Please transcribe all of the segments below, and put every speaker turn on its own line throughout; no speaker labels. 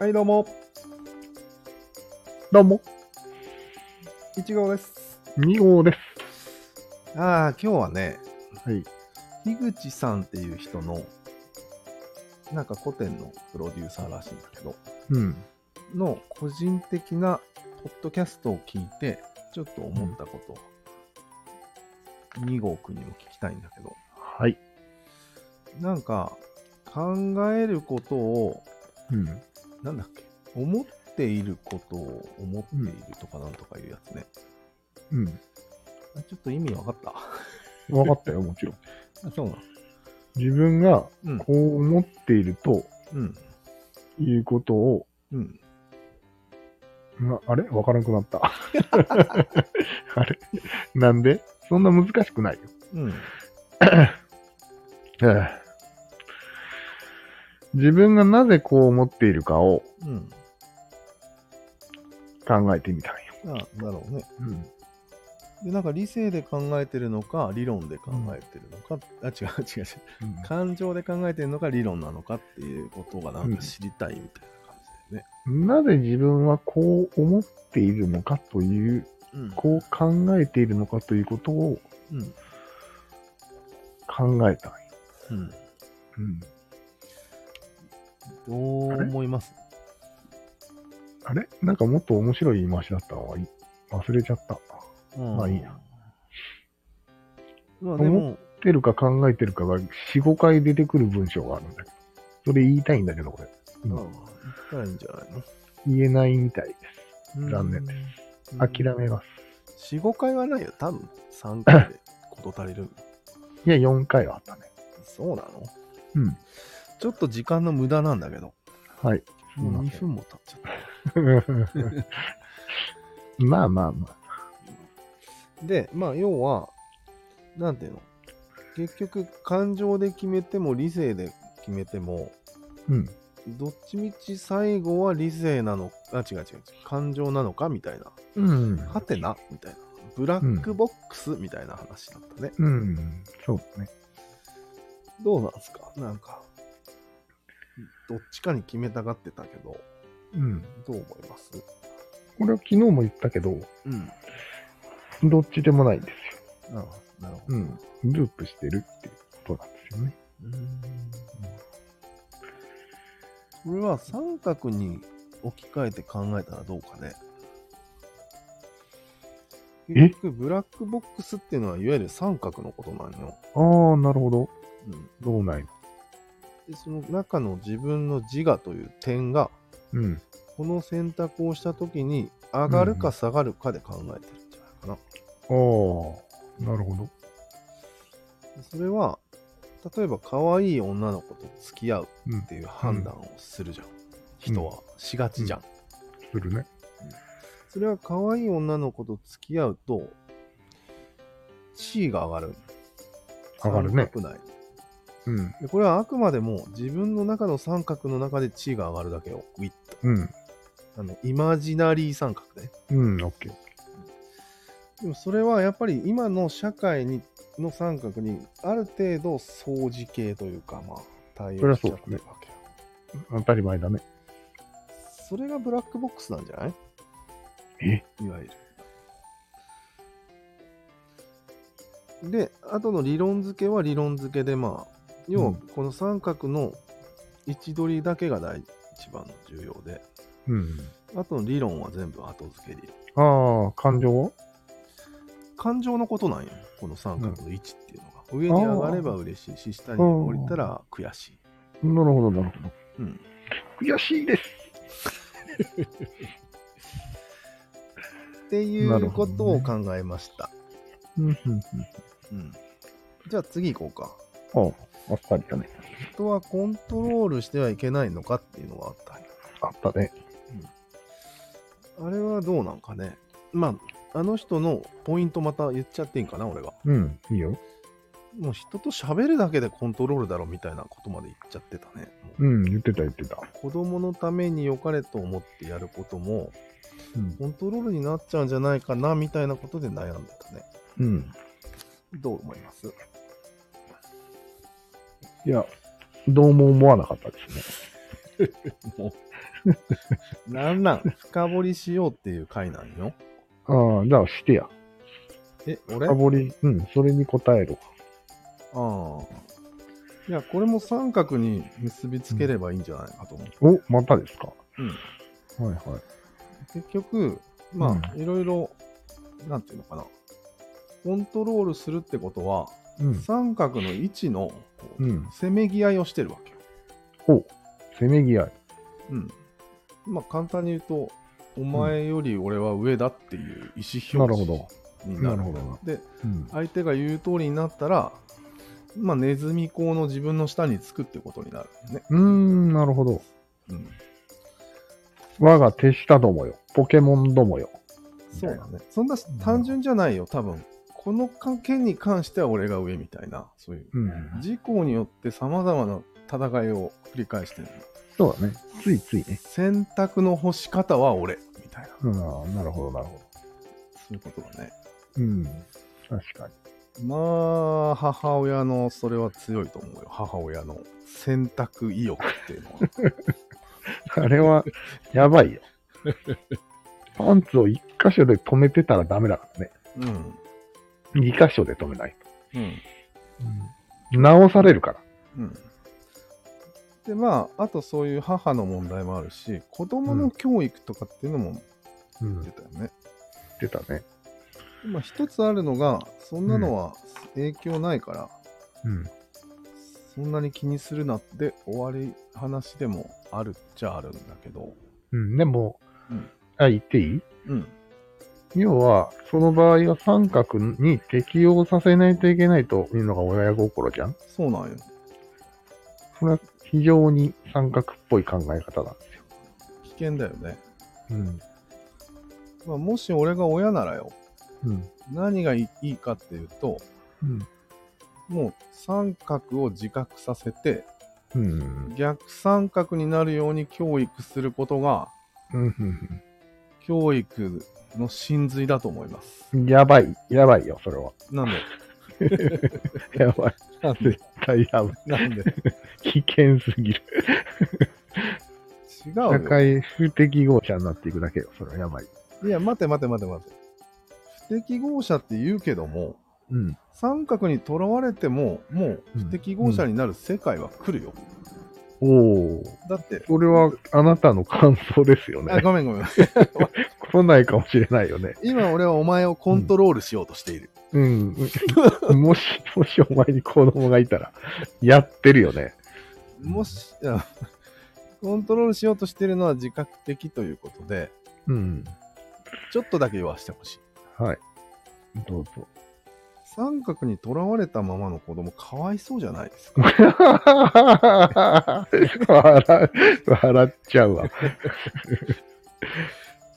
はい、どうも、
どうも、
1号です。
二号です。
ああ、今日はね、
はい。
樋口さんっていう人の、なんか古典のプロデューサーらしいんだけど、
うん。
の個人的なポッドキャストを聞いて、ちょっと思ったことを、2号くんにも聞きたいんだけど、
はい。
なんか、考えることを、
うん。
なんだっけ、思っていることを思っているとかなんとかいうやつね。
う
あちょっと意味わかった。あ
ん。わかったよ、もちろん。
そうなの
自分が
うん
こう思っていると
うん。
いうことを、
うん。
まあれわからなくな った。あれなんでそんな難しくないよ。
うん。
ええ自分がなぜこう思っているかを
うん。
考えてみたんよ。
あだろうね。
うん。
で、なんか理性で考えてるのか、理論で考えてるのか、あ、違う違う違う。感情で考えてるのか、理論なのかっていうことがなんか知りたいみたいな感じだよね。
なぜ自分はこう思っているのかという、
うん。
こう考えているのかということを
うん。
考えたんよ。
うん。
うん。
どう思います
あれなんかもっと面白い言い回しだったわ。い忘れちゃった。
うん
まあいいや。
まあでも、
言ってるか考えてるかが4、5回出てくる文章があるんだけど。それ言いたいんだけど、これ。
うん
思
言ったらいいんじゃないの
言えないみたいです。
うん
残念で
うん
諦めます。
4、5回はないよ。多分3回で事足りる。
いや、4回はあったね。
そうなの
うん。
ちょっと時間の無駄なんだけど。
はい。 すい
もう
ま
2
せ
分も経っちゃった。
ん。まあまあまあ。
で、まあ、要は、なんていうの、結局、感情で決めても理性で決めても、
うん。
どっちみち最後は理性なのあ、違う違う違う、感情なのかみたいな、
うん。
はてなみたいな、ブラックボックスみたいな話だったね。
うん。そうだね。
どうなんすかなんか、どっちかに決めたがってたけど、
うん。
どう思います
これは昨日も言ったけど、
うん。あ
どっちでもないんですよ。
なるほど。
うん。ループしてるっていうことなんですよね。
うーんこれは三角に置き換えて考えたらどうかね。
え
結局、ブラックボックスっていうのは、いわゆる三角のことなんよ。
ああ、なるほど。
うん、
どうないの
で、その中の自分の自我という点が、
うん。
この選択をしたときに、上がるか下がるかで考えてるんじゃないかな。
ああ、なるほど。
でそれは、例えば、可愛い女の子と付き合う
うん
っ、ていう判断をするじゃん。人はしがちじゃん
するね。
それは可愛い女の子と付き合うと、地位が上がる。
上がるね
三角内
うん。
でこれはあくまでも自分の中の三角の中で地位が上がるだけを、ウィット。
うん。
あの、イマジナリー三角ね。
うん、オッケー。
でもそれはやっぱり今の社会にの三角にある程度相似系というか、まあ、対応しちゃってるわけよ。
当たり前だね。
それがブラックボックスなんじゃない
え
いわゆる。で、あとの理論付けは理論付けで、まあ、要
う
は
ん
この三角の位置取りだけが第一番重要で、
うん。
あとの理論は全部後付け理論。
ああ、感情は
感情のことなんよ、この三角の位置っていうのが。上に上がれば嬉しいし、下に降りたら悔しい。
なるほど、なるほど。
うん。
悔しいです。
っていうことを考えました。
うん、うん、うん。
うん。じゃあ次行こうか。
ああ、あったりだね。
人はコントロールしてはいけないのかっていうのがあったんよ
あったね。
あれはどうなんかねまああの人のポイントまた言っちゃっていいんかな俺が
うん、いいよ。
もう人と喋るだけでコントロールだろみたいなことまで言っちゃってたねもう
うん、言ってた、言ってた。
子供のために良かれと思ってやることも
うん。
コントロールになっちゃうんじゃないかなみたいなことで悩んでたね
うん。
どう思います
いや、どうも思わなかったですね。
もなんなん深掘りしようっていう回なんよ。
ああ、じゃあしてや。
え、俺
深
あ
掘り、うん、それに答えろ。
あ。いや、これも三角に結びつければいいんじゃないかと思う。
お、またですか。
うん。
はいはい。
結局、まあ、いろいろ、なんていうのかな。コントロールするってことは、
うん。
三角の位置のこう
うん
せめぎ合いをしてるわけよ。
ほう。せめぎ合い。
うん。まあ、簡単に言うと、お前より俺は上だっていう意思
なる
表
ほ
示
ど。
になる。
なるほど。
で、
うん。
相手が言う通りになったら、まあ、ネズミ講の自分の下につくってことになるよね。
うーん、なるほど。
うん。
我が手下どもよ。ポケモンどもよ。
そうだね。そんな単純じゃないよ、多分。この関係に関しては俺が上みたいな、そういう。
うん。
事故によって様々な戦いを繰り返してる。
そうだね。ついついね。
選択の干し方は俺、みたいな。
うん、なるほど、なるほ
そういうことだね。
ど。うん。確かに。
まあ、母親の、それは強いと思うよ。母親の選択意欲って いうのは。
あれは、やばいよ。パンツを一箇所で止めてたらダメだからね。
うん。
二箇所で止めない
うん。
と。直されるから。
うんでまああとそういう母の問題もあるし子供の教育とかっていうのも
うん
出たよね、
言ってたね。
まあ一つあるのがそんなのは影響ないから、
うん。
そんなに気にするなって終わり話でもあるっちゃあるんだけど
うん、でも、
うん
あ、言っていい
うん
要は、その場合は三角に適用させないといけないというのが親心じゃん
そうなんよ
それは非常に三角っぽい考え方だ。
危険だよね、
うん。
まあ、もし俺が親ならよ
うん。
何がいいいかっていうと
うん。
もう三角を自覚させて
うん。
逆三角になるように教育することが
うん。
教育の真髄だと思います。
うんやばい。やばいよ、それは。
なんで、
やばい。
なんで
絶、対やばい。
なんで、
危険すぎる。
違う
社
よ。
会不適合者になっていくだけよ。それはやばい。
いや、待て待て待て待て。不適合者って言うけども、
うん。
三角にとらわれても、もう不適合者になる世界は来るよ。
おお。
だって、
それはあなたの感想ですよ
あ
ね。
ごめんごめん。
来ないかもしれないよね。
今俺はお前をコントロールしようとしている。
うん。 もし、もしお前に子供がいたら、やってるよね。うん
もし、いやコントロールしようとしているのは自覚的ということで、
うん。
ちょっとだけ言わしてほしい。
はい。どうぞ。
三角にとらわれたままの子供、かわいそうじゃないですか。
笑笑っちゃうわ。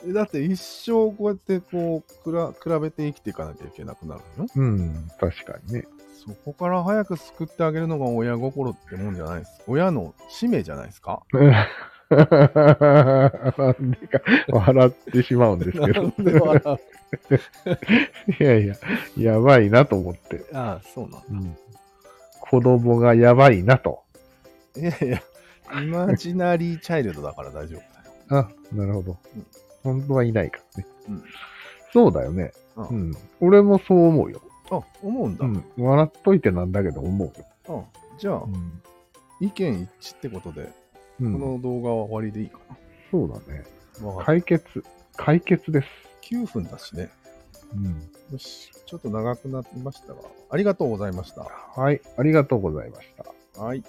えだって一生こうやってこうくら比べて生きていかなきゃいけなくなるの
うん。確かにね。
そこから早く救ってあげるのが親心ってもんじゃないです親の使命じゃないです か
うんなんでか、笑ってしまうんですけど。
あ
いやいや、やばいなと思って。
あそうなの
うん。子供がやばいなと。
いやいやイマジナリーチャイルドだから大丈夫だよ
あ、なるほど
うん。
本当はいないからね。
うん
そうだよね、
う
うんん。俺もそう思うよ。
あ思うんだ、
うん。笑っといてなんだけど思う
あ
よ。
じゃあ
うん。
意見一致ってことでこ
うん
の動画は終わりでいいか
そうだね。
な、わかった
解決。解決です。
9分だしね
うん。
よしちょっと長くなりましたがありがとうございました
はい。ありがとうございました。
はい